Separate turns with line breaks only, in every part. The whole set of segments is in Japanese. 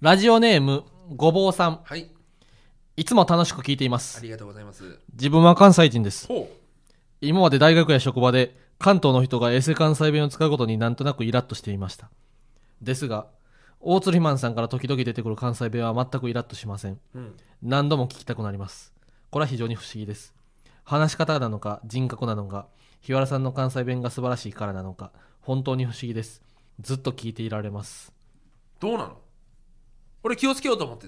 ラジオネーム、ごぼうさん。
はい、
いつも楽しく聞いていま
あ
す。
りがとうございます。
自分は関西人です。
ほ
今まで大学や職場で関東の人がエセ関西弁を使うことになんとなくイラッとしていました。ですが、大鶴ひまんさんから時々出てくる関西弁は全くイラッとしません。
う。うん。
何度も聞きたくなります。これは非常に不思議です。話し方なのか、人格なのか、日原さんの関西弁が素晴らしいからなのか、本当に不思議です。ずっと聞いていられます。
どうなの俺気をつけようと思って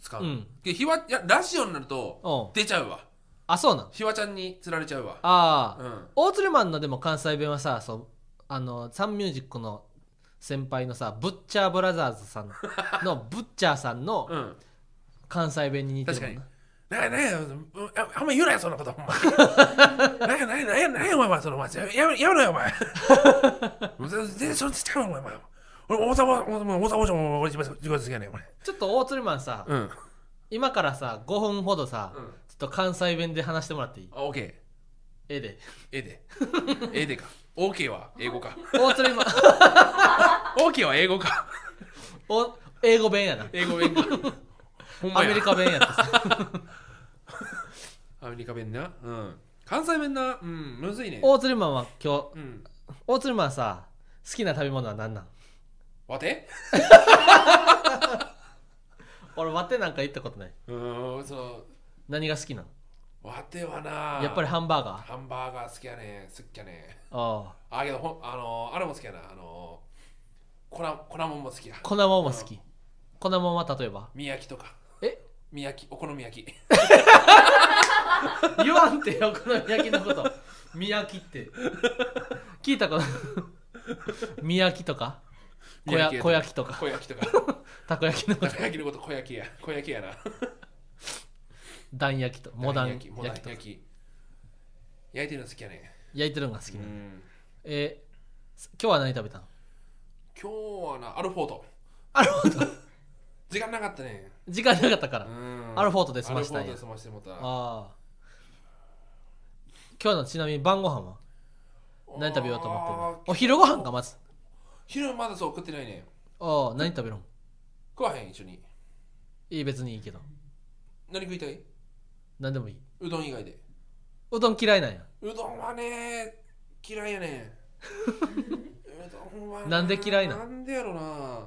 使うの。
うん
けどひわ、いや、ラジオになると、
うん。
出ちゃうわ。
あ、そうなん。
ひわちゃんに釣られちゃうわ。
ああ。
うん。
大鶴マンのでも関西弁はさそうあのサンミュージックの先輩のさブッチャーブラザーズさんのブッチャーさんの
うん。
関西弁に似てるもんな
なんや、なんや、うんああんま言うなよ、そんなこと。お前なんや、なんや、なんや、なんや、お前、そのお前、やめやめやめろよ、お前。全然、それちゃうわ、お前。お前俺、大沢、大沢、大沢、大沢、俺、一番、自己好きやねん、お前。
ちょっと大鶴マンさ、
うん。
今からさ5分ほどさ、
うん
ちょっと関西弁で話してもらっていい
あ、オッケー。
ええで
ええで。ええでか。オーケーは英語か。
大鶴マン
オーケーは英語か。
お英語弁やな
英語弁か。ほんま
ア
や
メリカ弁やな
アメリカ弁な。うん。関西弁な。うん。むずいね。
大鶴マンは今日
うん。
大鶴マンさ好きな食べ物は何なん
わて
俺割ってなんか言ったことないう
ーん、そ
何が好きなん
う。わてはな。
やっぱりハンバーガーあ
ハンバーガー好きやね。好きやね。
あ
あ、けど、ほんあのー、あれも好きやな。あのー、粉、粉もんも好きや。
粉もんも好き粉もんは例えば
みやきとか。
え
みやき、お好み焼き。
言わんてよ、お好み焼きのこと。みやきって。聞いた ことみやきとか小や小焼きとか、
小焼きとか。
たこ焼きのこ
た
と、
こ焼きのこと小焼きや。小焼きやな。
段焼きと、 モダン焼
焼き。モダン
きとか
焼。き。焼いてるの好きやね。
焼いてるのが好
う
きなの。
ん。
えー今日は何食べたの
今日はな、アルフォート。
アルフォート。
時間なかったね。
時間なかったから。
うん
アルフォートで済ましたんや
アルフォートで済ましてもらった。
ああ。今日のちなみに晩ご飯は何食べようと思ってる
あ
の
ー
お昼ご飯か、まず。
昼まだそう食ってないね。
ああ、何食べるん
食わへん、一緒に。
いい、別にいいけど。
何食いたい
何でもいい。
うどん以外で。
うどん嫌いなんや。
うどんはね、嫌い やね。うどんは
なんで嫌いなん
なんでやろな。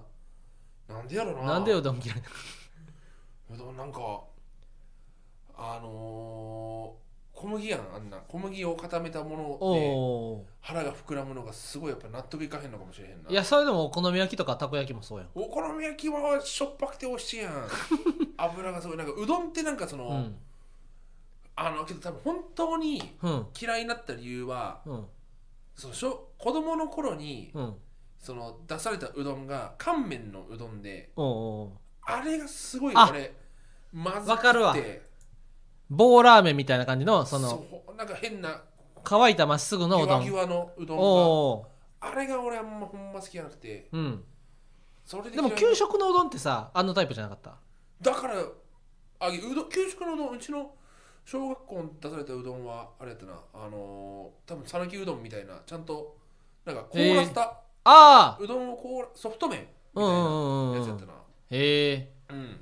なんでやろな。
なんでうどん嫌いなの
うどんなんか、あのー、小麦やん、あんな。小麦を固めたもので
おお。
腹が膨らむのがすごいやっぱ納得いかへんのかもしれへんな。
いや、それでもお好み焼きとかたこ焼きもそうやん。
お好み焼きはしょっぱくて美味しい やん油がすごいなんかうどんってなんかその、
うん。
あのけど多分本当に
うん。
嫌いになった理由は
うん。
そのしょ子供の頃に
うん。
その出されたうどんが乾麺のうどんで
おうおう
あれがすごい
あ
俺まず
わかるわ
くて
棒ラーメンみたいな感じのそ
そ
の
うなんか変な
乾いたまっすぐのう
ギ
ど
ワ
ん
ギワのうどん
お
が
お
あれが俺あんまほんま好きじゃなくて
ううん
それで
でも
嫌い
給食のうどんってさあのタイプじゃなかった
だからあうどん給食のうどんうちの小学校に出されたうどんはあれやったなあのー、多分讃岐うどんみたいなちゃんとなんか凍らせた、
ああ
うどんを凍らソフト麺
う
みた
ん
いうなん
うん
やつ
う
やっ
ん
たな
へえ
うん、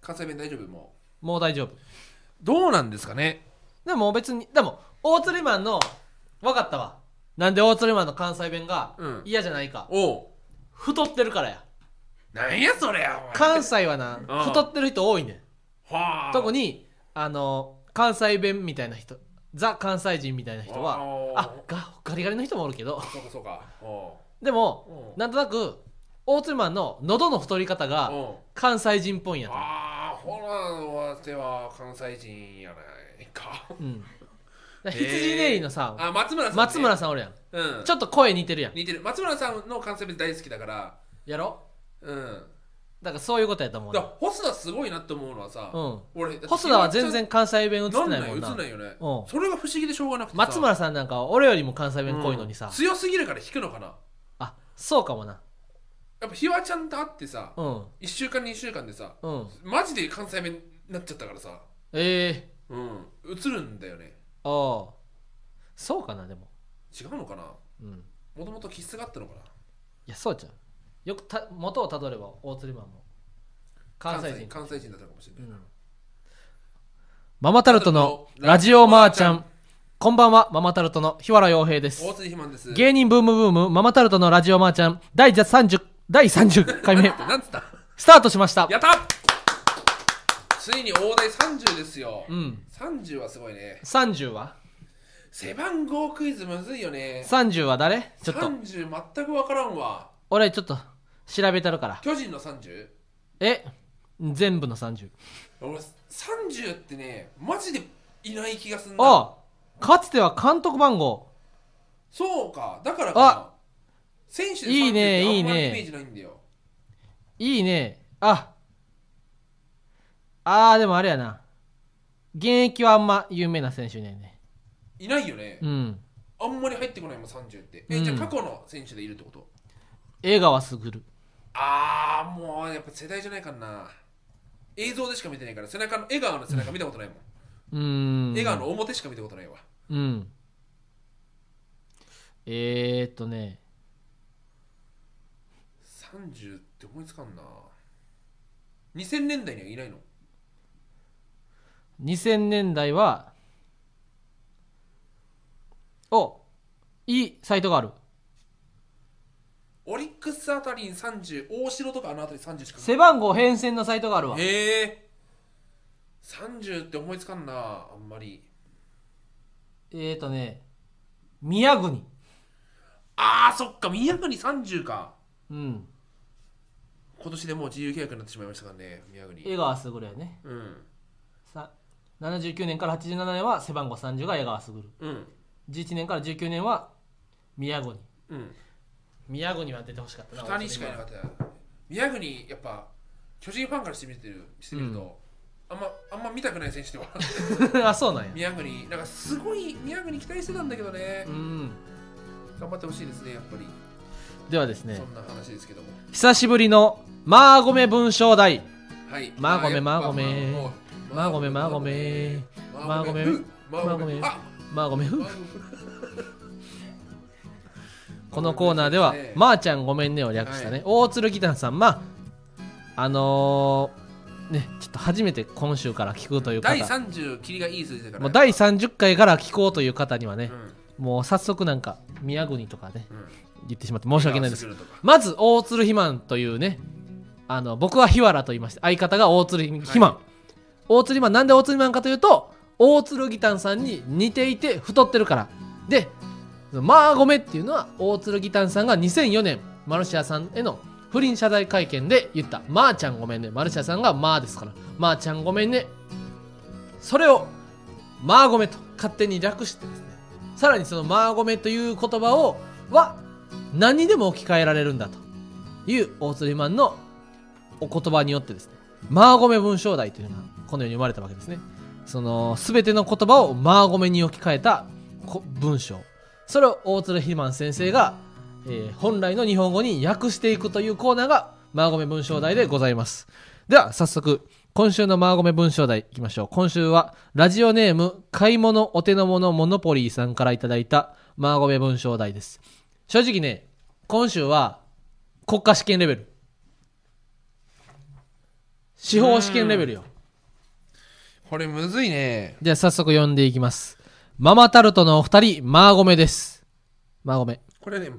関西弁大丈夫も
もう大丈夫
うどうなんですかね
でも別にでも大鶴マンの分かったわなんで大鶴マンの関西弁が
うん
嫌じゃないか
おう
太ってるからや
なんやそれやお前
関西はな
うん
太ってる人多いねん
はあ
特
に
にあの関西弁みたいな人ザ関西人みたいな人はあがガリガリの人もおるけど
そうかそうかお
でも
うおう
なんとなく大鶴マンの喉の太り方が
おう
関西人っぽいんやと思
ああほらわては関西人やないか
う、うん、だから羊ネイリのさ、
あ松村さん、ね、
松村さんおるやん
うん
ちょっと声似てるやん
似てる松村さんの関西弁大好きだから
やろ
うん
だからそういうことやと思う
だ
ね
から細田すごいなって思うのはさ、
うん
俺だって
細田は全然関西弁映ってないもんな
なんないよ映んないよね、
うん
それが不思議でしょうがなくてさ
松村さんなんかは俺よりも関西
う
弁
ん
濃いのにさ、
強すぎるから引くのかな
あそうかもな
やっぱひわちゃんと会ってさ、
うん
一1週間2週間でさ
うん
マジで関西弁になっちゃったからさ
え
うん映るんだよね
ー、ああそうかなでも
違うのかな
うん
もともと気質があったのかない
やそうちゃうよくた元をたどれば大鶴マンも関西人
関西人だったかもしれないな、
ママタルトのラジオマーちゃんこんばんはママタルトの日原洋平です
大津肥満です
芸人ブームブームママタルトのラジオマーちゃん第30第30回 目
なんてなんつった
スタートしました
やった ついに大台30ですよ、
うん
30はすごいね
30は
背番号クイズむずいよね
?30 は誰ちょっと
30全く分からんわ
俺ちょっと調べたるから
巨人の 30?
え全部の30
俺30ってねマジでいない気がすんな
ああかつては監督番号
そうかだからかな
あ
選手で
い
30
いね
ってあ
いい
んまり
ね
イメージないんだよ
いいねああーでもあれやな現役はあんま有名な選手いないね
いないよね、
うん
あんまり入ってこないもん30ってえ、
うん
じゃあ過去の選手でいるってこと
江川卓
ああもうやっぱ世代じゃないかな映像でしか見てないから背中の江川の背中見たことないもん、
うーん
江川の表しか見たことないわ
うんえー、っとね
30って思いつかんな2000年代にはいないの
2000年代はおいいサイトがある
オリックスあたりに30大城とかあのあたり30しか
背番号変遷のサイトがあるわ
へえ30って思いつかんなあんまり
えー、っとね宮国
あーそっか宮国30か
うん
今年でもう自由契約になってしまいましたからね宮国
江川卓やね
うん
さ79年から87年は背番号30が江川卓
うん
11年から19年は宮古に
うん
宮古には出てほしかったな
2人しかいなかった宮国やっぱ巨人ファンからしてみてるしてみると、あんまあんま見たくない選手では
たあそうなんや
宮国なんかすごい宮国期待してたんだけどね
うん
頑張ってほしいですねやっぱり
ではですね
そんな話ですけども
久しぶりのマーゴメ文章題
はい
まあごめん
やっ
まあ
ぱ
ごめん
もう
まあごめんまあごめん
まあごめんまあごめん
ま
あ
マーゴメ
まあごめん
このコーナーでは「まーちゃんごめんね」を略したね、大鶴ギターさんまああのーねちょっと初めて今週から聞くという方
第30切りがいい数字だから
もう第30回から聞こうという方にはね
う、ん
もう早速なんか宮国とかね
うん
言ってしまって申し訳ないです
ダンスするとか
まず大鶴肥満というねあの僕は日原と言いまして相方が大鶴肥満、
は
大鶴肥満なんで大鶴肥満かというと大鶴ギタンさんに似ていて太ってるからでマーゴメっていうのは大鶴ギタンさんが2004年マルシアさんへの不倫謝罪会見で言った「まー、ちゃんごめんね」マルシアさんが「まー」ですから「まー、ちゃんごめんね」それを「マーゴメ」と勝手に略してですねさらにその「マーゴメ」という言葉をは何にでも置き換えられるんだという大鶴マンのお言葉によってですねマーゴメ文章題というのがこの世に生まれたわけですねその全ての言葉をマーゴメに置き換えたこ文章それを大鶴肥満先生が、えー本来の日本語に訳していくというコーナーがマーゴメ文章題でございますでは早速今週のマーゴメ文章題いきましょう今週はラジオネーム買い物お手の物モノポリーさんからいただいたマーゴメ文章題です正直ね今週は国家試験レベル司法試験レベルよ
これむずいね
じゃあ早速読んでいきますママタルトのお二人マーゴメですマーゴメ
これね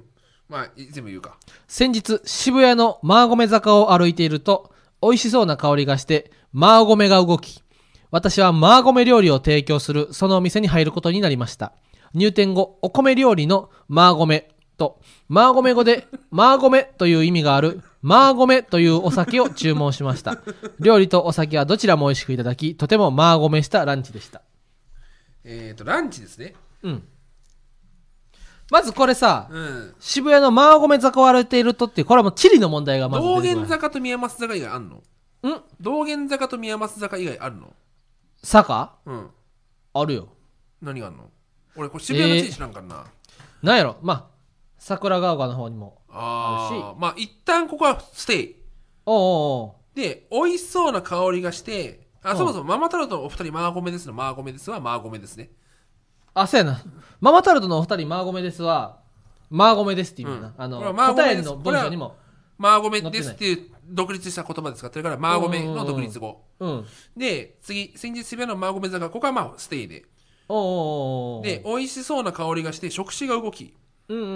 まあい全部言うか
先日渋谷のマーゴメ坂を歩いていると美味しそうな香りがしてマーゴメが動き私はマーゴメ料理を提供するそのお店に入ることになりました入店後お米料理のマーゴメとマーゴメ語でマーゴメという意味があるマーゴメというお酒を注文しました料理とお酒はどちらも美味しくいただきとてもマーゴメしたランチでした
えっとランチですね
うんまずこれさ
うん
渋谷のマーゴメ坂を歩いているとっていうこれはもう地理の問題がまず出て
道
くる
玄坂と宮益坂以外あんの
ん
道玄坂と宮益坂以外あるの
坂
うん
あるよ
何があんの俺これ渋谷の地知らんからな、
なんやろまあ桜ヶ丘の方にも
あ
あ
あまあ一旦ここはステイ
おうおうお
で美味しそうな香りがして
う
あ
ん
そもそもママタルトのお二人マーゴメですのマーゴメですはマーゴメですね
うあそうやなママタルトのお二人マーゴメですはマーゴメですっていう意味やな、
うん
あ
これは
の
マーゴ
答
メです
えの文章にも
マーゴメですっていう独立した言葉で使ってるから、マーゴメの独立語。
うん。
で、次、先日渋谷のマーゴメ坂、ここはまあ、ステイで。
おうおうおうおう
で、、美味しそうな香りがして、食事が動き、
うんうんうんう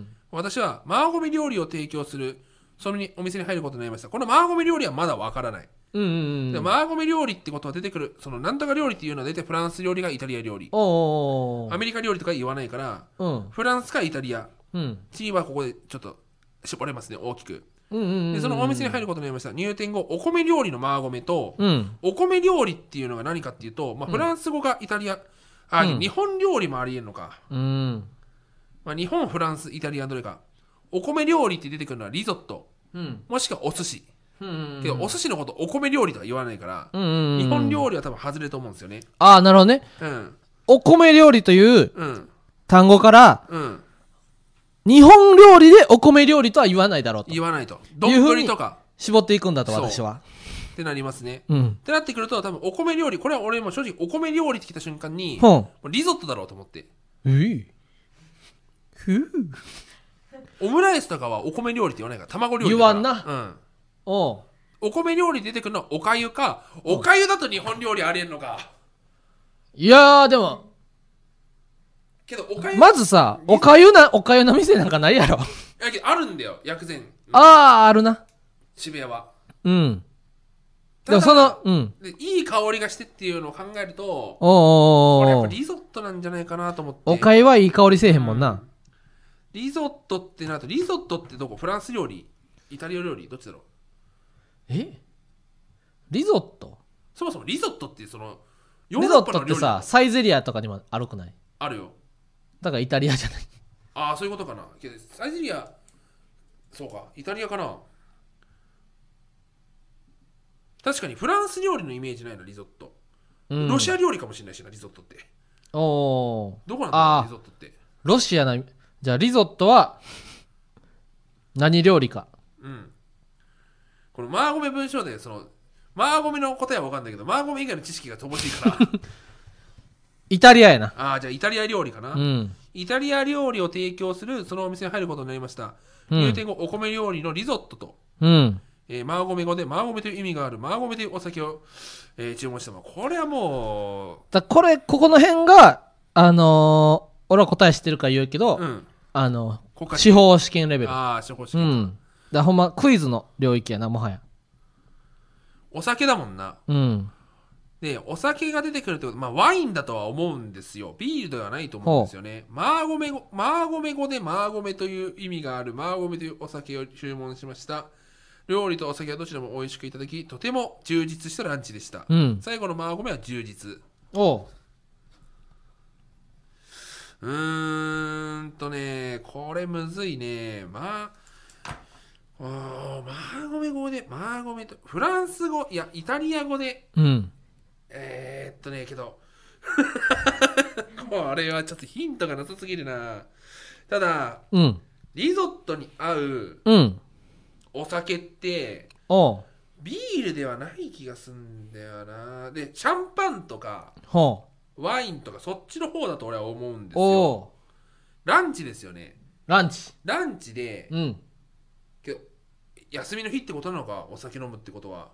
ん
私はマーゴメ料理を提供する、そのにお店に入ることになりました。このマーゴメ料理はまだわからない。
うん。うんうん
で
うん。
マーゴメ料理ってことは出てくる、そのなんとか料理っていうのは出てフランス料理がイタリア料理。
おうおうおう
アメリカ料理とか言わないから、
うん。
フランスかイタリア。
うん。
地位はここでちょっと絞れますね、大きく。
うんうんうん。
で、そのお店に入ることになりました。入店後、お米料理のマーゴメと、
うん。
お米料理っていうのが何かっていうと、まあ、フランス語がイタリア、あ、
うん
日本料理もありえるのか。
うん。
まあ、日本、フランス、イタリアどれか。お米料理って出てくるのはリゾット、
うん。
もしくはお寿司。
うん。
けど、お寿司のことお米料理とは言わないから、
うんうんうん。
日本料理は多分外れると思うんですよね。
ああ、なるほどね。
うん、
お米料理という
うん、
単語から、
うん。
日本料理でお米料理とは言わないだろうと。
言わないと。ど
いうふ
ん
う
ぶ
に
りとか
絞っていくんだと、
そう
私は。
ってなりますね。
うん
っ。てなってくると、多分お米料理、これは俺も正直お米料理って来た瞬間に、
ほん。
リゾットだろうと思って。
えい。ふう。
オムライスとかはお米料理って言わないから、卵料理だ
言
から。
わん
な。
おう。
うん。お米料理出てくるのはおかゆか、おかゆだと日本料理ありえるのか。
いやー、でも、
けど、おかゆ、
まずさ、おかゆな、おかゆな店なんかないやろ。
いやけどあるんだよ、薬膳。
ああ、あるな。
渋谷は。
うん。
た
で
だ
もその、うん。
でいい香りがしてっていうのを考えると、
お
こ
う
れや
お
っ
うお
ぱ
う
リゾットなんじゃないかなと思って。
おかゆはいい香りせえへんもんな。
リゾットってなると、リゾットってどこフランス料理イタリア料理どっちだろう
えリゾット
そもそもリゾットってその、ヨ
リ
ー
ゾ
ロッ
ッ
パ
ト
の
って
料理
さ、サイゼリアとかにもあるくない
あるよ。
だからイタリアじゃない。
ああ、そういうことかな。けどサイゼリア、そうか、イタリアかな。確かにフランス料理のイメージないな、リゾット。
うん、
ロシア料理かもしれないしな、リゾットって。
おお
どこなん
あー
だろう、リゾットって。
ーロシアな、じゃあリゾットは、何料理か。
うん。このマーゴメ文章で、その、マーゴメの答えは分かんないけど、マーゴメ以外の知識が乏しい から。
イタリアやな。
ああ、じゃあイタリア料理かな。
うん。
イタリア料理を提供するそのお店に入ることになりました。
うん
入店後、お米料理のリゾットと、
うん。
えーマーゴメ語でマーゴメという意味があるマーゴメというお酒を、えー注文したもこれはも
だこれ、ここの辺が、あのー俺は答え知ってるから言うけど、
う、うん、
あの
国、家試
司法試験レベル。
ああ、しょこし
う
ょこ
ん。だほんま、クイズの領域やな、もはや。
お酒だもんな。
うん。
で、お酒が出てくるってこと、まあ、ワインだとは思うんですよ。ビールではないと思うんですよね。マーゴメ語、マーゴメ語でマーゴメという意味があるマーゴメというお酒を注文しました。料理とお酒はどちらも美味しくいただき、とても充実したランチでした。
うん。
最後のマーゴメは充実。
おう。
うーんとね、これむずいね。まあ、あーマーゴメ語で、マーゴメと、フランス語、いや、イタリア語で、
うん。
えー、っとね、けど、 これはちょっとヒントがなさすぎるな。ただ、
うん。
リゾットに合う
うん。
お酒って、
おう。
ビールではない気がすんだよな。で、シャンパンとか、
ほう。
ワインとか、そっちの方だと俺は思うんです
お
よ。
お
ランチですよね。
う。ランチ。
ランチで、
うん。
けど休みの日ってことなのかお酒飲むってことは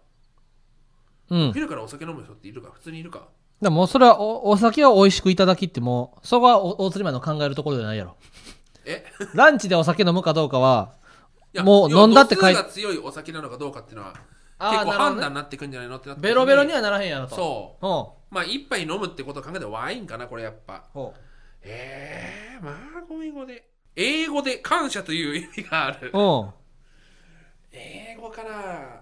うん。
昼からお酒飲む人っているか普通にいるか
でももうそれはおお酒を美味しくいただきってもうそこはお大釣りマンの考えるところじゃないや ろ
え
ランチでお酒飲むかどうかはい
や
もう
要は
飲んだって書い
度数が強いお酒なのかどうかっていうのは結
あーな
構
るほど
判
ね
断になってくんじゃないのってなって
ベロベロに
は
はならへんやろと
そう
ほ
うまあ一杯飲むってことを考えてワインかなこれやっぱ
うほ
えー、まあごめん語で英語で感謝という意味がある
うお
英語かな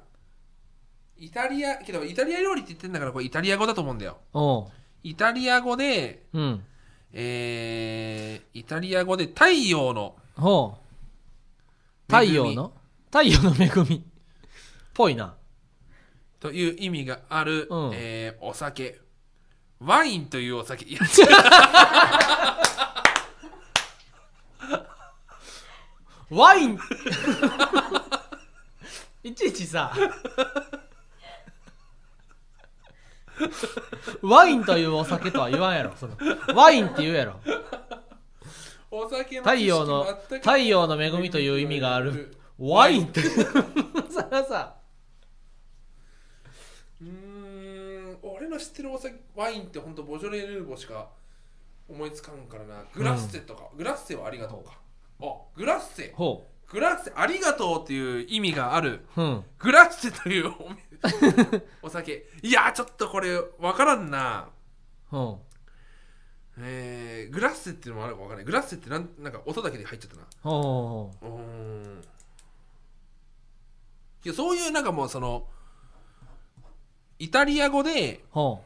イタリアけどイタリア料理って言ってんだからこれイタリア語だと思うんだよ
うお
イタリア語で
ううん
えー、イタリア語で太陽の
ほう太陽の太陽の恵みぽいな
という意味がある、
うん
えーお酒ワインというお酒 いや
ワ インいちいちさワインというお酒とは言わんやろそのワインって言うやろ
お酒の
太陽の
知識全く
太陽の恵みという意味があるワインって更さ
うーん俺の知ってるお酒ワインって本当ボジョレ・ヌーボーしか思いつかんからなグラッセとか、グラッセはありがとうかあグラッセ
ほ
グラッセありがとうっていう意味がある
ううん
グラッセというおめお酒いやちょっとこれわからんな
ほ
えー、グラッセっていうのもあるかわかんないグラッセってなんなんか音だけで入っちゃったな
うほ
うーんいやそういうなんかもうそのイタリア語で
うほ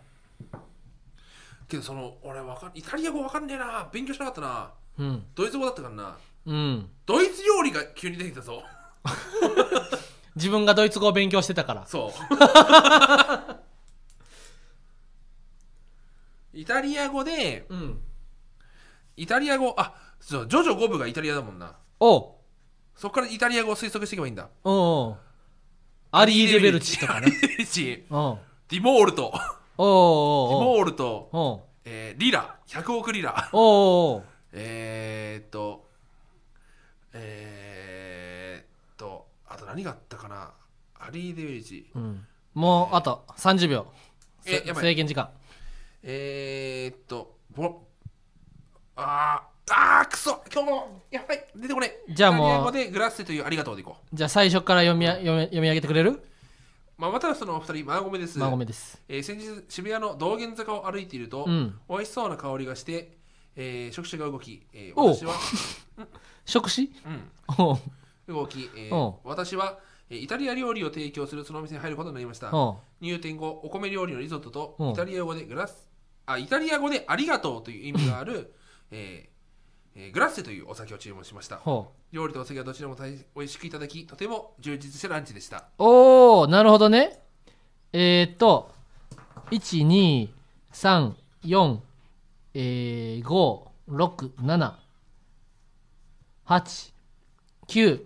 けどその俺わかんイタリア語わかんねえな勉強しなかったな
ううん
ドイツ語だったからな
うん
ドイツ料理が急に出てきたぞ
自分がドイツ語を勉強してたから
そう イタリア語で
うん
イタリア語あそうジョジョ5部がイタリアだもんな
おう
そっからイタリア語を推測していけばいいんだ
おうアリー・レベルチとかね
アリレベルチ
おう
ディモールと
おう
ディ
おう
モールと、
おう
えーリラ100億リラ
おうおう
えー、っとえー、っとあと何があったかなアリー・デビルジ
うんもうあと30秒
えやばい
制限時間
えー、っとぼあーあーくそ今日もやばい出てこねえ
じゃあもう
イタリア語でグラッセというありがとうでいこう
じゃあ最初から読みあ読み読み上げてくれる
まあ、またそのお二人、マーゴメです。
まあごめんです
えー先日、渋谷の道玄坂を歩いていると、
うん
美味しそうな香りがして、えー、触手が動き、えー、
おう
私は、
食事
うん、
おう
動き、えー
お
私は、えーイタリア料理を提供するそのお店に入ることになりました。
おう
入店後、お米料理のリゾットと、
うん
イタリア語でグラス、あ、イタリア語でありがとうという意味がある、えーえーグラッセというお酒を注文しました。
ほう
料理とお酒はどちらも大美味しくいただき、とても充実したランチでした。
おおなるほどねえー、っと1234えー、5 6 7 8 9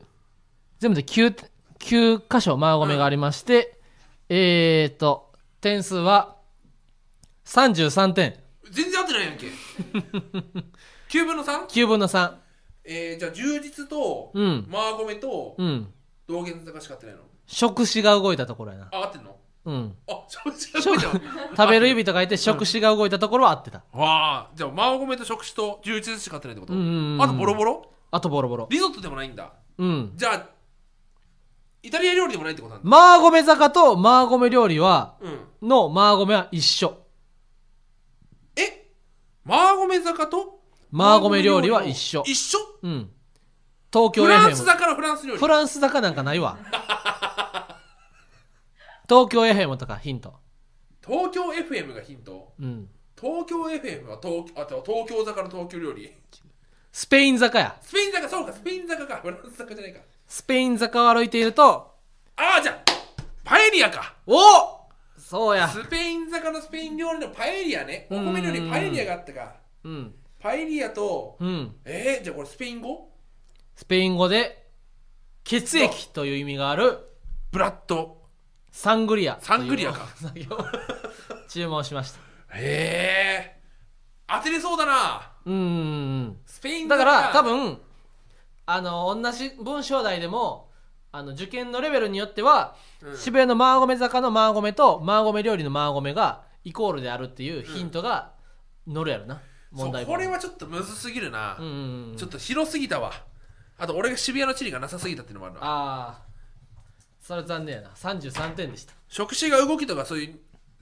全部で 9, 9箇所マーゴメがありまして、えー、っと点数は33点
全然合ってないやん け。9分の 3?
9分の3
えー、じゃあ、充実と、
うん
マーゴメと、
うん
道玄坂しか合ってないの。
食指が動いたところやな
あ、合ってんの
うん
あ、そう違う。
食べる指と書いて食指が動いたところは合ってた
わあ、じゃあ、マーゴメと食事と充実しか合ってないってこと
うんうんうん
あと、ボロボロ
あとボロボロ
リゾットでもないんだ。
うん
じゃあ、イタリア料理でもないってことなんだ。
マーゴメ坂とマーゴメ料理は
うん。
のマーゴメは一緒
えマーゴメ坂と
マーゴメ料理は一緒
一緒
うん東京
フランス
FM
坂のフランス料理
フ。ランス坂なんかないわ東京 FM とかヒント
東京 FM がヒント。
うん
東京 FM は東あとは東京坂の東京料理。
スペイン坂や
スペイン坂、そうか、スペイン坂か。フランス坂じゃないか。
スペイン坂を歩いていると
ああ、じゃあ、パエリアか。
おそうや
スペイン坂のスペイン料理のパエリアね。お米料理にパエリアがあったか。
うん
パエリアと、
うん
えー、じゃあこれスペイン語
スペイン語で血液という意味がある
ブラッド。
サングリア
サングリアか
というお酒を 注文しました
へえ。当てれそうだな。
うんうんうん
スペイン
だから多
分
分あの同じ文章題でもあの受験のレベルによっては、
うん
渋谷のマーゴメ坂のマーゴメとマーゴメ料理のマーゴメがイコールであるっていうヒントが載るやろな、問題
これ
文
はちょっとむずすぎるな、
うんうんうん
ちょっと広すぎたわあと俺が渋谷の地理がなさすぎたっていうのもあるわ
ああそれ残念やな33点でした
触手が動きとかそういう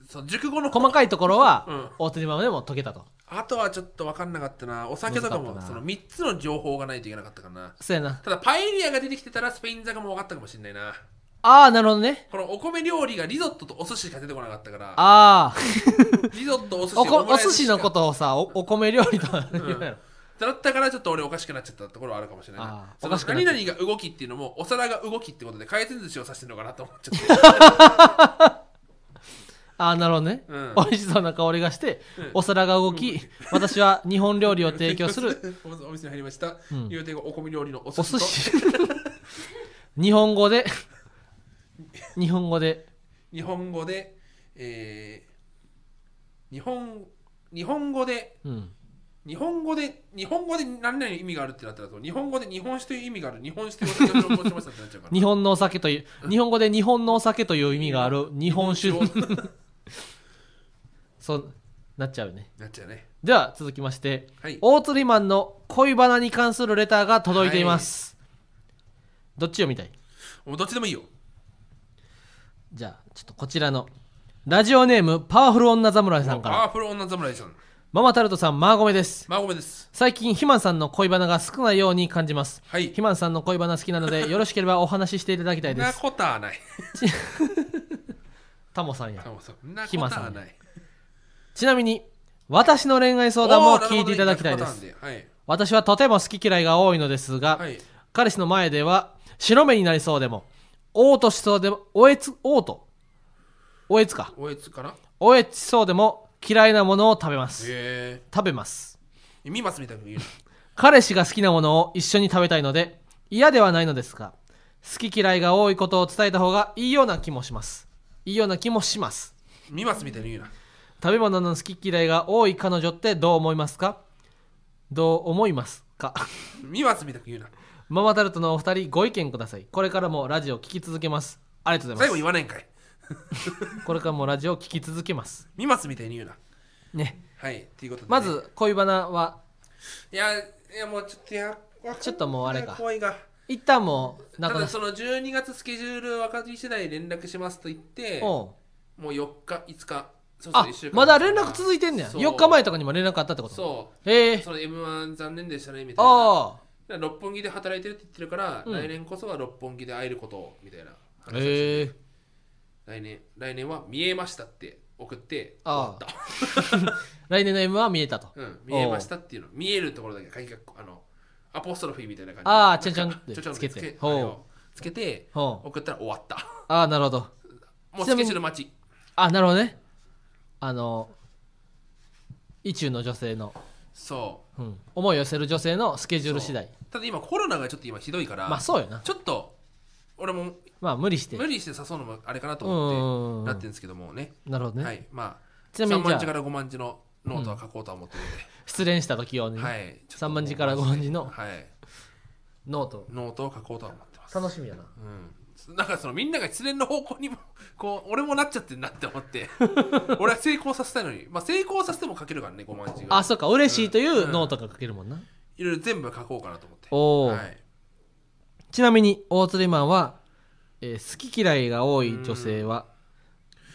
その熟語の
細かいところは、
うん
大手マでも解けたと
あとはちょっと分かんなかったなお酒とか
難か
も
ったな
その3つの情報がないといけなかったからな
そうやな
ただパエリアが出てきてたらスペイン坂も分かったかもしれないな
ああなるほどね
このお米料理がリゾットとお寿司しか出てこなかったから
ああ
リゾットお寿司
おこ
オムラ
お
イス
寿司のことをさおお米料理とは言うやろ
だったからちょっと俺おかしくなっちゃったところはあるかもしれな
あ
いな
ー
そ
お
の
かしくなっちゃ
何
った
々が動きっていうのもお皿が動きってことで回転寿司を指してるのかなと思っちゃって
ああなるほどね、
うん
美味しそうな香りがして、お皿が動き、私は日本料理を提供す る
お店に入りました、
ん
言うてお米料理のお寿
お
司と
寿司日本語で日本語で
日本語で、えー日本日本語で
うん
日本語で日本語で何々意味があるってなったらそう日本語で日本酒という意味がある日本酒という私をしましたってなっちゃうから
日本のお酒という日本語で日本のお酒という意味がある日本酒そうなっちゃうね
なっちゃうね
では続きまして
はい
大釣りマンの恋バナに関するレターが届いています、どっち読みたい
もうどっちでもいいよ
じゃあちょっとこちらのラジオネームパワフル女侍さんか
パ
ら
ワフル女侍さん
ママタルトさんマーゴメです
まあごめんです
最近ひまんさんの恋バナが少ないように感じます
はい
ひまんさんの恋バナ好きなの でよろしければお話ししていただきたい
そん
で
な
す
ことはない
タモさんや
あもうそんなことはない
ちなみに私の恋愛相談も聞いていただきたいで
おーなるほ
す
どねはい
私はとても好き嫌いが多いのですが、
はい
彼氏の前では白目になりそうでもおうとしそうでもおえつおうとおえつか
おえつかな
おえつしそうでも嫌いなものを食べます
へ
食べます
え見ますみたいなの言う
彼氏が好きなものを一緒に食べたいので嫌ではないのですが好き嫌いが多いことを伝えた方がいいような気もしますいいような気もします
な見ますみたいなの言うな
食べ物の好き嫌いが多い彼女ってどう思いますかどう思いますか
見ますみたいなの言うな
ママタルトのお二人ご意見くださいこれからもラジオ聞き続けますありがとうござ
最
い
後
ま
言わないんかい
すこれからもラジオ聞き続けます
見ますみたいに言うな
ね
はいっていうことでね
まず恋バナはい
やいやもうちょっとや
ちょっともうあれか
怖いが
一旦もうな
た
くな
だ
し
その12月スケジュール分かり次第連絡しますと言っても
おう
う4日5日そうそう
あ
1週間
まだ連絡続いてんねや
そう
4日前とかにも連絡あったってこと
そ
へ
う
え
その m 1残念でしたねみたいな
ああ
六本木で働いてるって言ってるから、
うん
来年こそは六本木で会えることをみたいな話をして
へえ
来年来年は見えましたって送って終わ
ああ
った
来年の M は見えたと
うん見えましたっていうの見えるところだけ鍵があのアポストロフィーみたいな感じで
ああちょんちょんっ
ち
て
ょちょんっ
つ
て
け
つけ
て
て
ほう
つけて
ほう
送ったら終わった
ああなるほど
もうスケジュール待ち
あなるほどねあの意中の女性の、
そ
うん、思いを寄せる女性のスケ
う
ジュール次第
そうただ今コロナがちょっと今ひどいから、
まあそうよな
ちょっと俺も
まあ無理して
無理して誘うのもあれかなと
うん
思
うんう
っ
ん
てなってるんですけどもね
なるほどね、
はいまあ
ちなみに
3
じゃ
万字か
あ
ら5万字のノートは書こうとは思ってるんで、
失恋した時用にね、
はいちょっと
3万字から5万字の
はい
ノート
ノートを書こうとは思ってます
楽しみやな
うん、なんかそのみんなが失恋の方向にも こう俺もなっちゃってんなって思って 俺は成功させたいのに、まあ、成功させても書けるからね5万字が
あそうか嬉しいというノートが書けるもんな、
いろいろ全部書こうかなと思って
おお、
はい、
ちなみに大釣りマンは、えー好き嫌いが多い女性は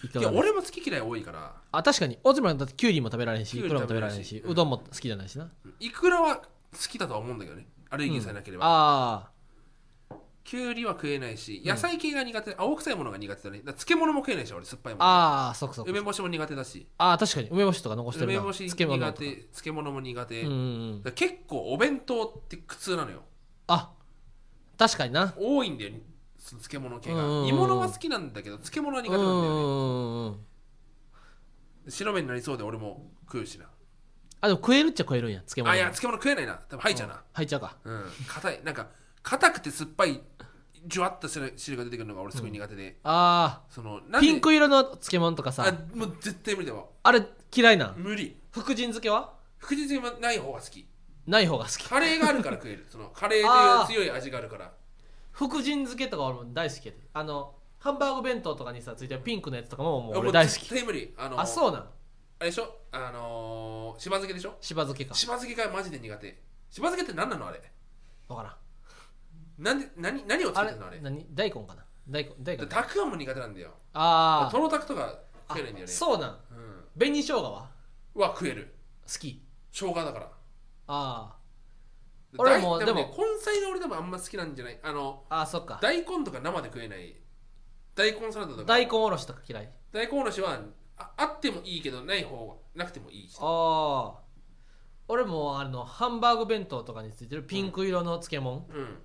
いか
い
が
や
ですか
俺も好き嫌い多いから
あ確かに大釣りマンだってキュウリも食べられんし
キ
い
ュウ
く
リ
らも食べられんし、
食べられんしうん
うどんも好きじゃないしな、
いくらは好きだとは思うんだけどねアレルギーさえなければ、
ああ
きゅうりは食えないし野菜系が苦手、青臭いものが苦手だねだから漬物も食えないし俺酸っぱいもの
ああそっかそっか
梅干しも苦手だし
ああ確かに梅干しとか残してるな
梅干し苦手
漬物とか
漬物も苦手、
うんう
だ
ん
か
うん
ら結構お弁当って苦痛なのよ
あ確かにな
多いんだよその漬物系が
うんうんうん
煮物は好きなんだけど漬物は苦
うん
手
う
なんだよね
んうんうん
白目になりそうで俺も食うしな
あでも食えるっちゃ食えるんや漬物
あいや漬物食えないな多分吐いちゃうな
入っちゃうか
うん硬いなんか硬くて酸っぱいジュワッとした汁が出てくるのが俺すごい苦手で、
あ
そのなん
あ
で
ピンク色の漬物とかさ
あ
あ
もう絶対無理だわ
れ嫌いなん
無理
福神漬けは
福神漬けはない方が好き
ない方が好き
カレーがあるから 食えるそのカレーという強い味があるから
福神漬けとか俺も大好きやであのハンバーグ弁当とかにさついてるピンクのやつとかももう
も
俺
う
大好き
絶対無理あの
あそうなん
あれでしょあのー、しば漬けでしょ
しば漬けか
しば漬けがマジで苦手しば漬けって何なのあれ
わからん
なんで何何を
あ
作っ
れ
てんのあれ
何大根かな大根大根
たくあんも苦手なんだよ
あ
とろたくとか
あ
食えないんだよね
そうなん
う、ん、
紅生姜は
は食える
好き
生姜だから
あ俺も
大でも,、ね
で、も
根菜が俺多分あんま好きなんじゃないあの
あああそっか
大根とか生で食えない大根サラダとか
大根おろしとか嫌い
大根おろしはああってもいいけどない方がなくてもいいし
ああ俺もあのハンバーグ弁当とかについてるピンク色の漬物、
うん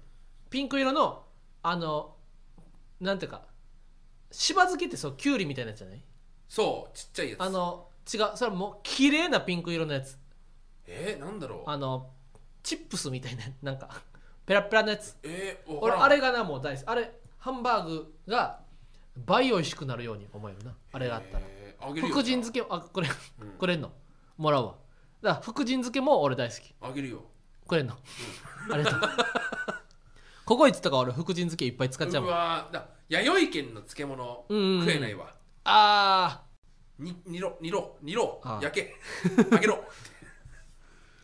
ピンク色のあのなんていうかしば漬けってそうきゅうりみたいなやつじゃない
そうちっちゃいやつ
あの違うそれはもう綺麗なピンク色のやつ
えー、なんだろう
あのチップスみたいななんかペラペラのやつ
えー、
俺
わからん
あれがなもう大好きあれハンバーグが倍美味しくなるように思えるなあれがあったら
えーあげるよ
福神漬けあこれ、
うん
これのもらうわだから福神漬けも俺大好き
あげるよ
くれんの、ありがと うココイチとか俺福神漬けいっぱい使っちゃう
う
もんあ
わだ弥生県の漬物
うんうんうん
食えないわ
あ
に煮ろ煮ろ煮ろ
ああ
焼け あげろ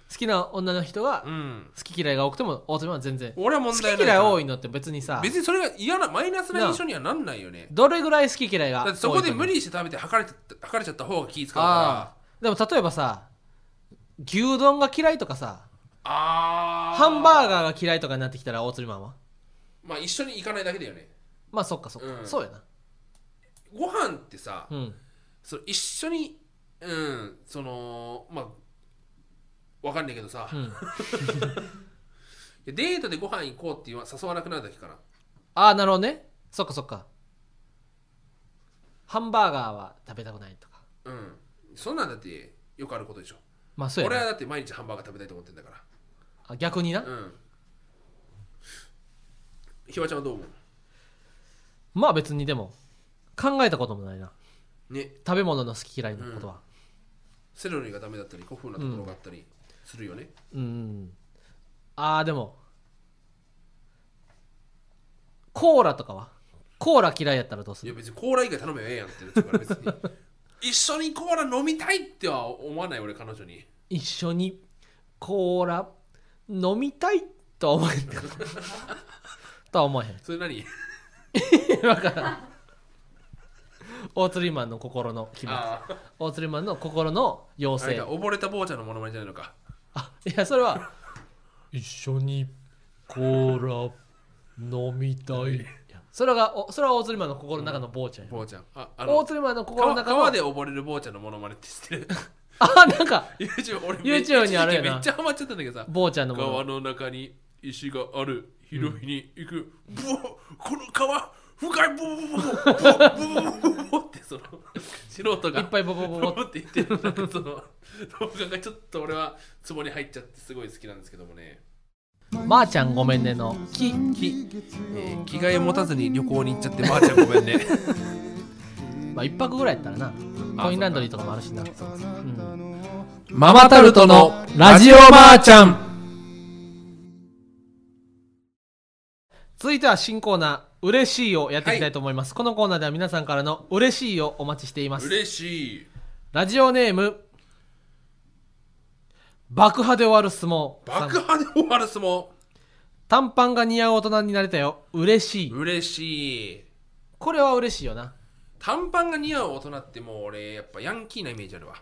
ー好きな女の人が
うん
好き嫌いが多くても大鳥は全然好
俺は問題ない
き嫌い多いのって別にさ
別にそれが嫌なマイナスな印象にはなんないよね
どれぐらい好き嫌いが多い
だって
か
そこで無理して食べて測れて測れちゃった方が気使うから
ああでも例えばさ牛丼が嫌いとかさ
あ
ハンバー
ー
ガーが嫌いとかになってきたら大鶴マンは
まあ一緒に行かないだけだよね
まあそっかそっか、
うん
そうやな
ご飯ってさ、
うん
その一緒にうんそのまあわかんないけどさ、
う
い
ん
やデートでご飯行こうって言わ誘わなくなるだけかな
ああなるほどねそっかそっかハンバーガーは食べたくないとか
うんそんなんだってよくあることでしょ
まあそうや
俺は
な
だって毎日ハンバーガー食べたいと思ってんだか
あ逆にな、
らうんひわちゃんはどう思
まあ別にでも考えたこともないな
うね
食べ物の好き嫌いのことは
セロリがダメだったり古風なところがあったりするよね、
うん、ああでもコーラとかはコーラ嫌いやったらどうす
いや
る
別にコーラ以外頼めばええやんって言うから別に一緒にコーラ飲みたいっては思わない俺彼女に
一緒にコーラ飲みたいとは思 えんけどとは思えへん
それ何
わからん大釣りマンの心の気持ち
あー
大釣りマンの心の
あれ
妖
か
精
溺れた坊ちゃんのモノマネじゃないのか
あいやそれは一緒にコーラ飲みたいいやそれがおそれは大釣りマンの心の中の坊ちゃんや、
坊ちゃんああ
大
の
釣りマンの心の
川
中の
川で溺れる坊ちゃんのモノマネって知ってる
あなんか
YouTube 俺
YouTube にあるよな
一時期めっちゃハマっちゃったんだけどさ
坊ちゃんのも
川
の
の中に石がある広いに行く、ブオこの川深いブオブオブオブオブオブオブオブオってその素人
いっ
が
ぱいボボボ
ボ
ボ
ボって言ってるなんかその動画がちょっと俺はツボに入っちゃってすごい好きなんですけどもね、
まー、ちゃんごめんねのき
きえー着替え持たずに旅行に行っちゃってばあちゃんごめんね
まあ一泊ぐらいやったらなコインランドリーとかもあるしなうん
ママタルトのラジオばあちゃん
続いては新コーナー嬉しいをやっていきたいと思います、このコーナーでは皆さんからの嬉しいをお待ちしています
嬉しい
ラジオネーム爆破で終わる相撲さん
爆破で終わる相撲
短パンが似合う大人になれたよ嬉しい
嬉しい
これは嬉しいよな
短パンが似合う大人ってもう俺やっぱヤンキーなイメージあるわ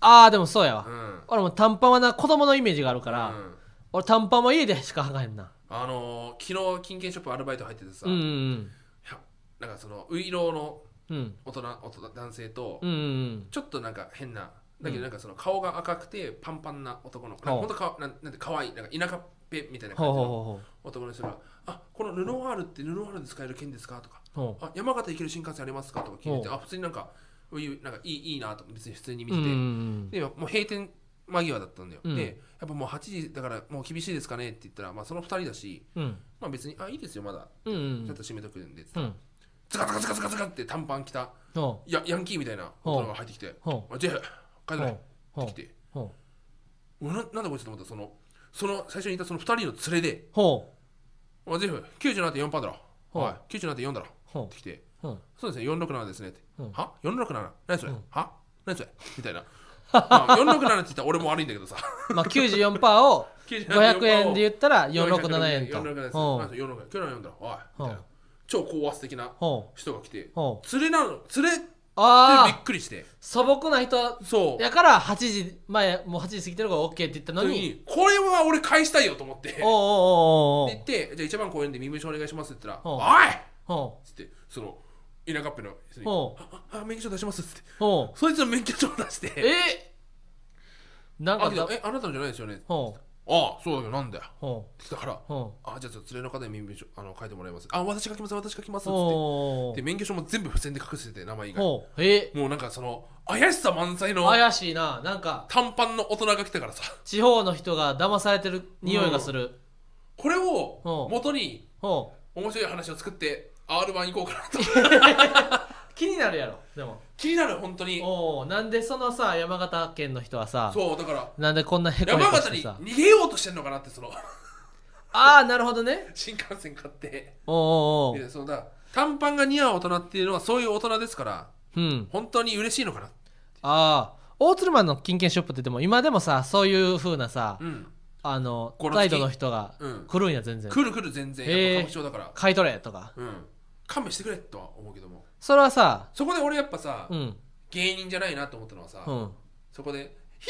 あーでもそうやわ、
うん
俺も短パンはな子供のイメージがあるから、
うん
俺短パンは家でしか履かへんな
あのー昨日金券ショップアルバイト入っててさ、
うんう
い
ん
やなんかそのういろうの
うんうん
大人大人男性と、
うんうん
ちょっとなんか変なだけどなんかその顔が赤くてパンパンな男の子
ほう
なんかほんとかなんなんて可愛いなんか田舎っぺみたいな
ほう
感
ほ
じ
う
の
ほ
男の人が「あこのルノワールってルノワールで使える券ですか?」とか
うほうほ
「あ山形行ける新幹線ありますか?」とか聞いて
ほ
あ普通になんかういうなんかいいいいなと別に普通に
う
見
う
て
ん
て、
うん
でもう閉店間際だったんだよ、
うん
でやっぱもう8時だからもう厳しいですかねって言ったら、まあ、その2人だし、
うんうん
まあ、別に「あいいですよまだ
うん
ちょ
う
っと閉めとくんで」って
んうん
ズカズカズカズカズカって短パン着た
ほ
やヤンキーみたいな大人が入ってきて
うほ
「あじゃあ
うほ
帰らな
う
い」
ほ
って
う
きて
ほ
「うわななんだこいつ」と思ったらそのその最初にいたその2人の連れで
うほ
「あジェフ97.4パーだろ」
ほう
はい「97.4だろ」
うほ
ってきて
うほう
「そうですね467ですね」って「
うん
は467何それ、
うん
は 何それ」みたいなまあ467って言ったら俺も悪いんだけどさ
まあ94%を
97.4
500円で言ったら467
467
円
円
と
と。467円
ほう
今日のんだろ。おい。みたい
うん
な。超高圧的な
ほう
人が来て、
ほう
連れなの、連れってび
ああ
っくりして。
素朴な人
そう。
やから8時前もう8時過ぎてるから OK って言ったのに
にこれは俺返したいよと思って。
おうおうおうおう
で、言って、じゃあ一番公園で身分証お願いしますって言ったら、
うん
おいっ
ほ
つって、その、田舎っぺの人
う
に、
ほう
ああ、免許証出しますっつって。
ほう
そいつの免許証出して、
えなん
あ
か
けど
だ
え、あなたのじゃないですよね。
ほう
ああ、そうだけどなんだよ。
ほ
って言ったから
う、ほ
あじゃあちょっと連れの方に身分証あの書いてもらいます。あ、私書きます、私書きます
う
っつって。
ほ
で、
う
免許証も全部付箋で隠してて、名前以外。
ほうえ
もうなんかその怪しさ満載の
怪しいななんか
短パンの大人が来たからさ
地方の人が騙されてる匂いがする
これを
うん
元に
ほう
面白い話を作って R1 行こうかなと
気になるやろでも
気になる本当に
おおなんでそのさ山形県の人はさ
そうだから
なんでこんなへこへこし
山形
て
に
さ
逃げようとしてんのかなってその
ああなるほどね
新幹線買って
おうおうおう
でそうだ短パンが似合う大人っていうのはそういう大人ですから
うん
本当に嬉しいのかな
ああ大鶴マンの金券ショップってでも今でもさそういう風なさ、
うん
あの
ゴロ
態
付き
度の人が
うん
来るんや全然
来る来る全然やっ
へー
ぱ歌舞伎町だから
買い取れとか
うん勘弁してくれとは思うけども
それはさ
そこで俺やっぱさ
うん
芸人じゃないなと思ったのはさ
うん
そこで「ヒ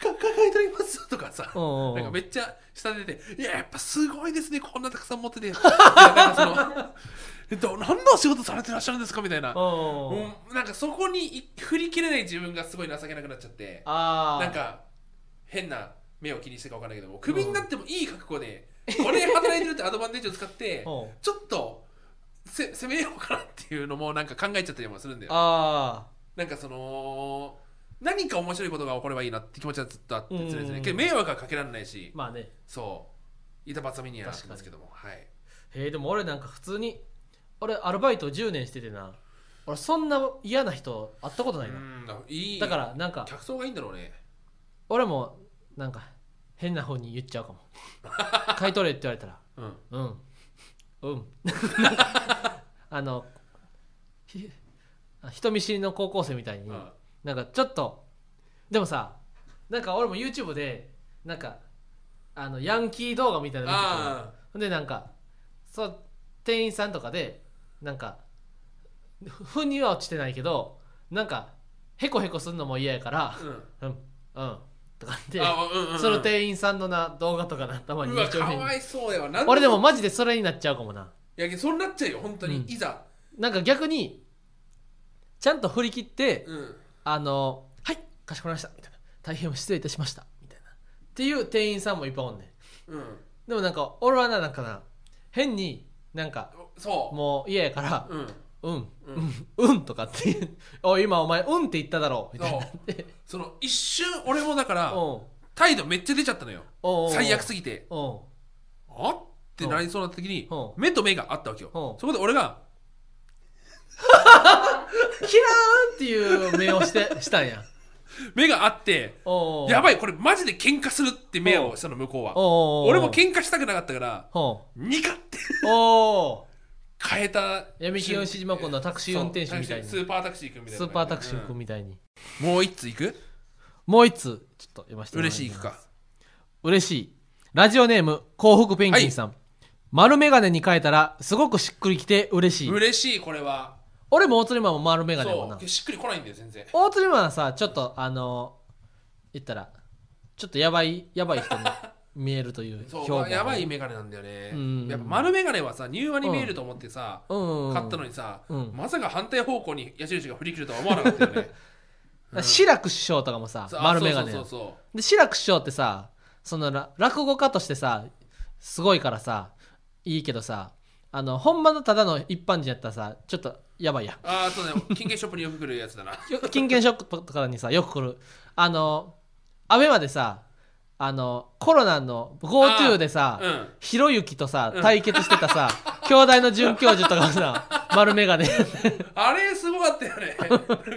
ーか抱えております」 とかさ
うんうん
なんかめっちゃ下で出て「いややっぱすごいですねこんなたくさん持ってて」い やなんかその ど何のお仕事されてらっしゃるんですかみたい
うん
な
うん
もうなんかそこにい振り切れない自分がすごい情けなくなっちゃって
ああ
なんか変な目を気にしてか分かんないけどもクビになってもいい覚悟でこれで働いてるってアドバンテージを使って
うん
ちょっとせ攻めようかなっていうのもなんか考えちゃったりもするんだよ
あ
なんかその何か面白いことが起こればいいなって気持ちはずっとあって
うん
常々ねけど迷惑はかけられないし
ーまあね
そう板挟みにはなってますけどもはい
へえでも俺なんか普通に俺アルバイト10年しててな俺そんな嫌な人会ったことな
う
いな、
んいい
だからなんか
客層がいいんだろうね
俺もなんか変な方に言っちゃうかも買い取れって言われたら
うん
うんうん あのひ人見知りの高校生みたいに
うん
なんかちょっとでもさなんか俺も YouTube でなんかあのヤンキー動画みたいなの見てたの
あ
ほんでなんかそう店員さんとかでなんかふ腑には落ちてないけどなんかへこへこするのも嫌やから
あうん
うんうんとかって
あうんうんうん
その店員さんのな動画とかな頭に
うわか
に
わいそうやわなん
俺でもマジでそれになっちゃうかもない
やそうなっちゃうよ本当に、
うん
いざ
なんか逆にちゃんと振り切って
うん
あの「はいかしこまりました」みたいな「大変失礼いたしました」みたいなっていう店員さんもいっぱいおんねん
うん
でもなんか俺はななんかな変になんか
そ
もう嫌やから
ううん
「うん
う
うんんうん」とかっていう「おい今お前うんって言っただろ」みたいになって
その一瞬俺もだから
おう
態度めっちゃ出ちゃったのよ
おう
最悪すぎて
おう
あってなりそうな時に
うん
目と目があったわけよ
うん
そこで俺が
キラーンっていう目をしてしたんや
目があって
お
やば
い
いこれマジで喧嘩するって目をしたの向こうは
おうおうおう
俺も喧嘩したくなかったから
おう
ニカって
おお
変えた
闇金牛島君のタクシー運転手みたいに
そうタクシースーパータクシー君みたい
ス
な
ーパータクシー君みたいに、
うんもう一つ行く
もう一つちょっと読ませてもらいま
嬉
す
しい行くか
嬉しいラジオネーム幸福ペンギンさん、丸眼鏡に変えたらすごくしっくりきて嬉しい
嬉しいこれは
俺も大鶴マンも丸眼鏡やもん
そ
な
うしっくりこないんだよ全然
大鶴マンはさちょっとあの言ったらちょっとやばいやばい人に見えるという
そう、
評判
まあやばいメガネなんだよね、
うん
やっぱ丸メガネはさ入話に見えると思ってさ、
うん
買ったの
に、
にさ、
うん
まさか反対方向に矢印が振り切るとは思わなかったよね
うん志らく師匠とかもさ
そうあ
丸眼鏡
そうそうそうそ
で志らく師匠ってさそのら落語家としてさすごいからさいいけどさあの本場のただの一般人やったらさちょっとやばいやん
うああそうだよ金券ショップによく来るやつだな
よ金券ショップとかにさよく来るあのアベマでさあのコロナの GoTo でさ、
うん
ひろゆきとさ
うん
対決してた さ、兄弟の准教授とかさ丸眼鏡
あれすごかった よねなんかだって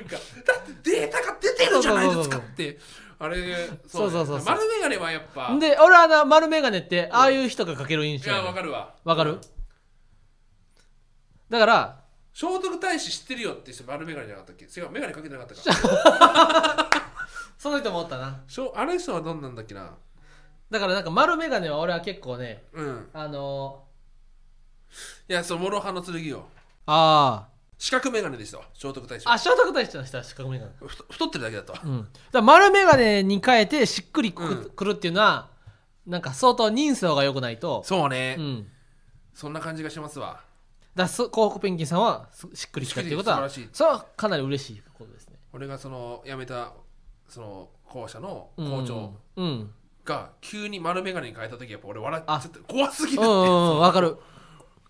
データが出てるじゃないですかってあれ
そうそうそうそう
丸メガネはやっぱ
で俺はな丸眼鏡ってああいう人がかける印
い
象
や
や
わ
ね
かるわ
わかるだから
聖徳太子知ってるよって人丸メガネじゃなかったっけ違うメガネかけてなかった か
その人もおったな
しょあれ人はどんなんだっけな
だからなんか丸眼鏡は俺は結構ね
うん
あの
いやそう諸刃の剣よ
ー、あ
四角眼鏡でしたわ聖徳太子
ああ聖徳太子の人は四角眼鏡
ふと太ってるだけだったわ
うん、だから丸眼鏡に変えてしっくりく,、
うん
るっていうのはなんか相当人相が良くないと、
そうね、
うん、だか
そんな感じがしますわ
らそ幸福ペンギンさんはすしっくりきたっていうことは
しっくりきて
それはかなり嬉しいことですね
俺がその辞めたその校舎の校長
うん、うん
が急に丸眼鏡に変えた時やっぱ俺笑っちゃ
あ
って怖すぎ
う
るっ
ん
て、
うんうんわかる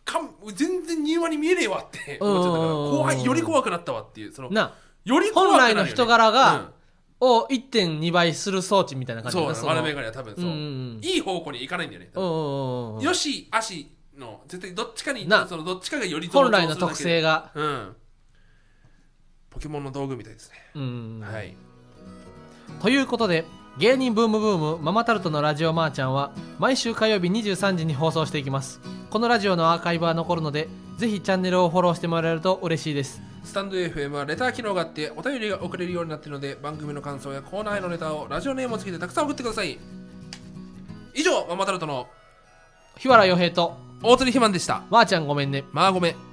かん全然庭に見えねえわって思っちゃったから
うんうんうん
怖いより怖くなったわっていうその
な
より怖く
本
なる
来
よね
の人柄が、を1.2倍する装置みたいな
うん
感じ
そう
な
だ
その
丸眼鏡は多分そう、
うんうんうん
いい方向に行かないんだよね、
うんうんうんうん
よし足の絶対どっちかに
な
そのどっちかがより
本来の特性
が
が
うんポケモンの道具みたいですね。
うん、
はい。
ということで芸人ブームブームママタルトのラジオマーちゃんは毎週火曜日23時に放送していきますこのラジオのアーカイブは残るのでぜひチャンネルをフォローしてもらえると嬉しいです
スタンド FM はレター機能があってお便りが送れるようになっているので番組の感想やコーナーへのレターをラジオネームをつけてたくさん送ってください。以上、ママタルトの
日原洋平と
大鶴ひまんでした。
まーちゃんごめんね
まあごめん。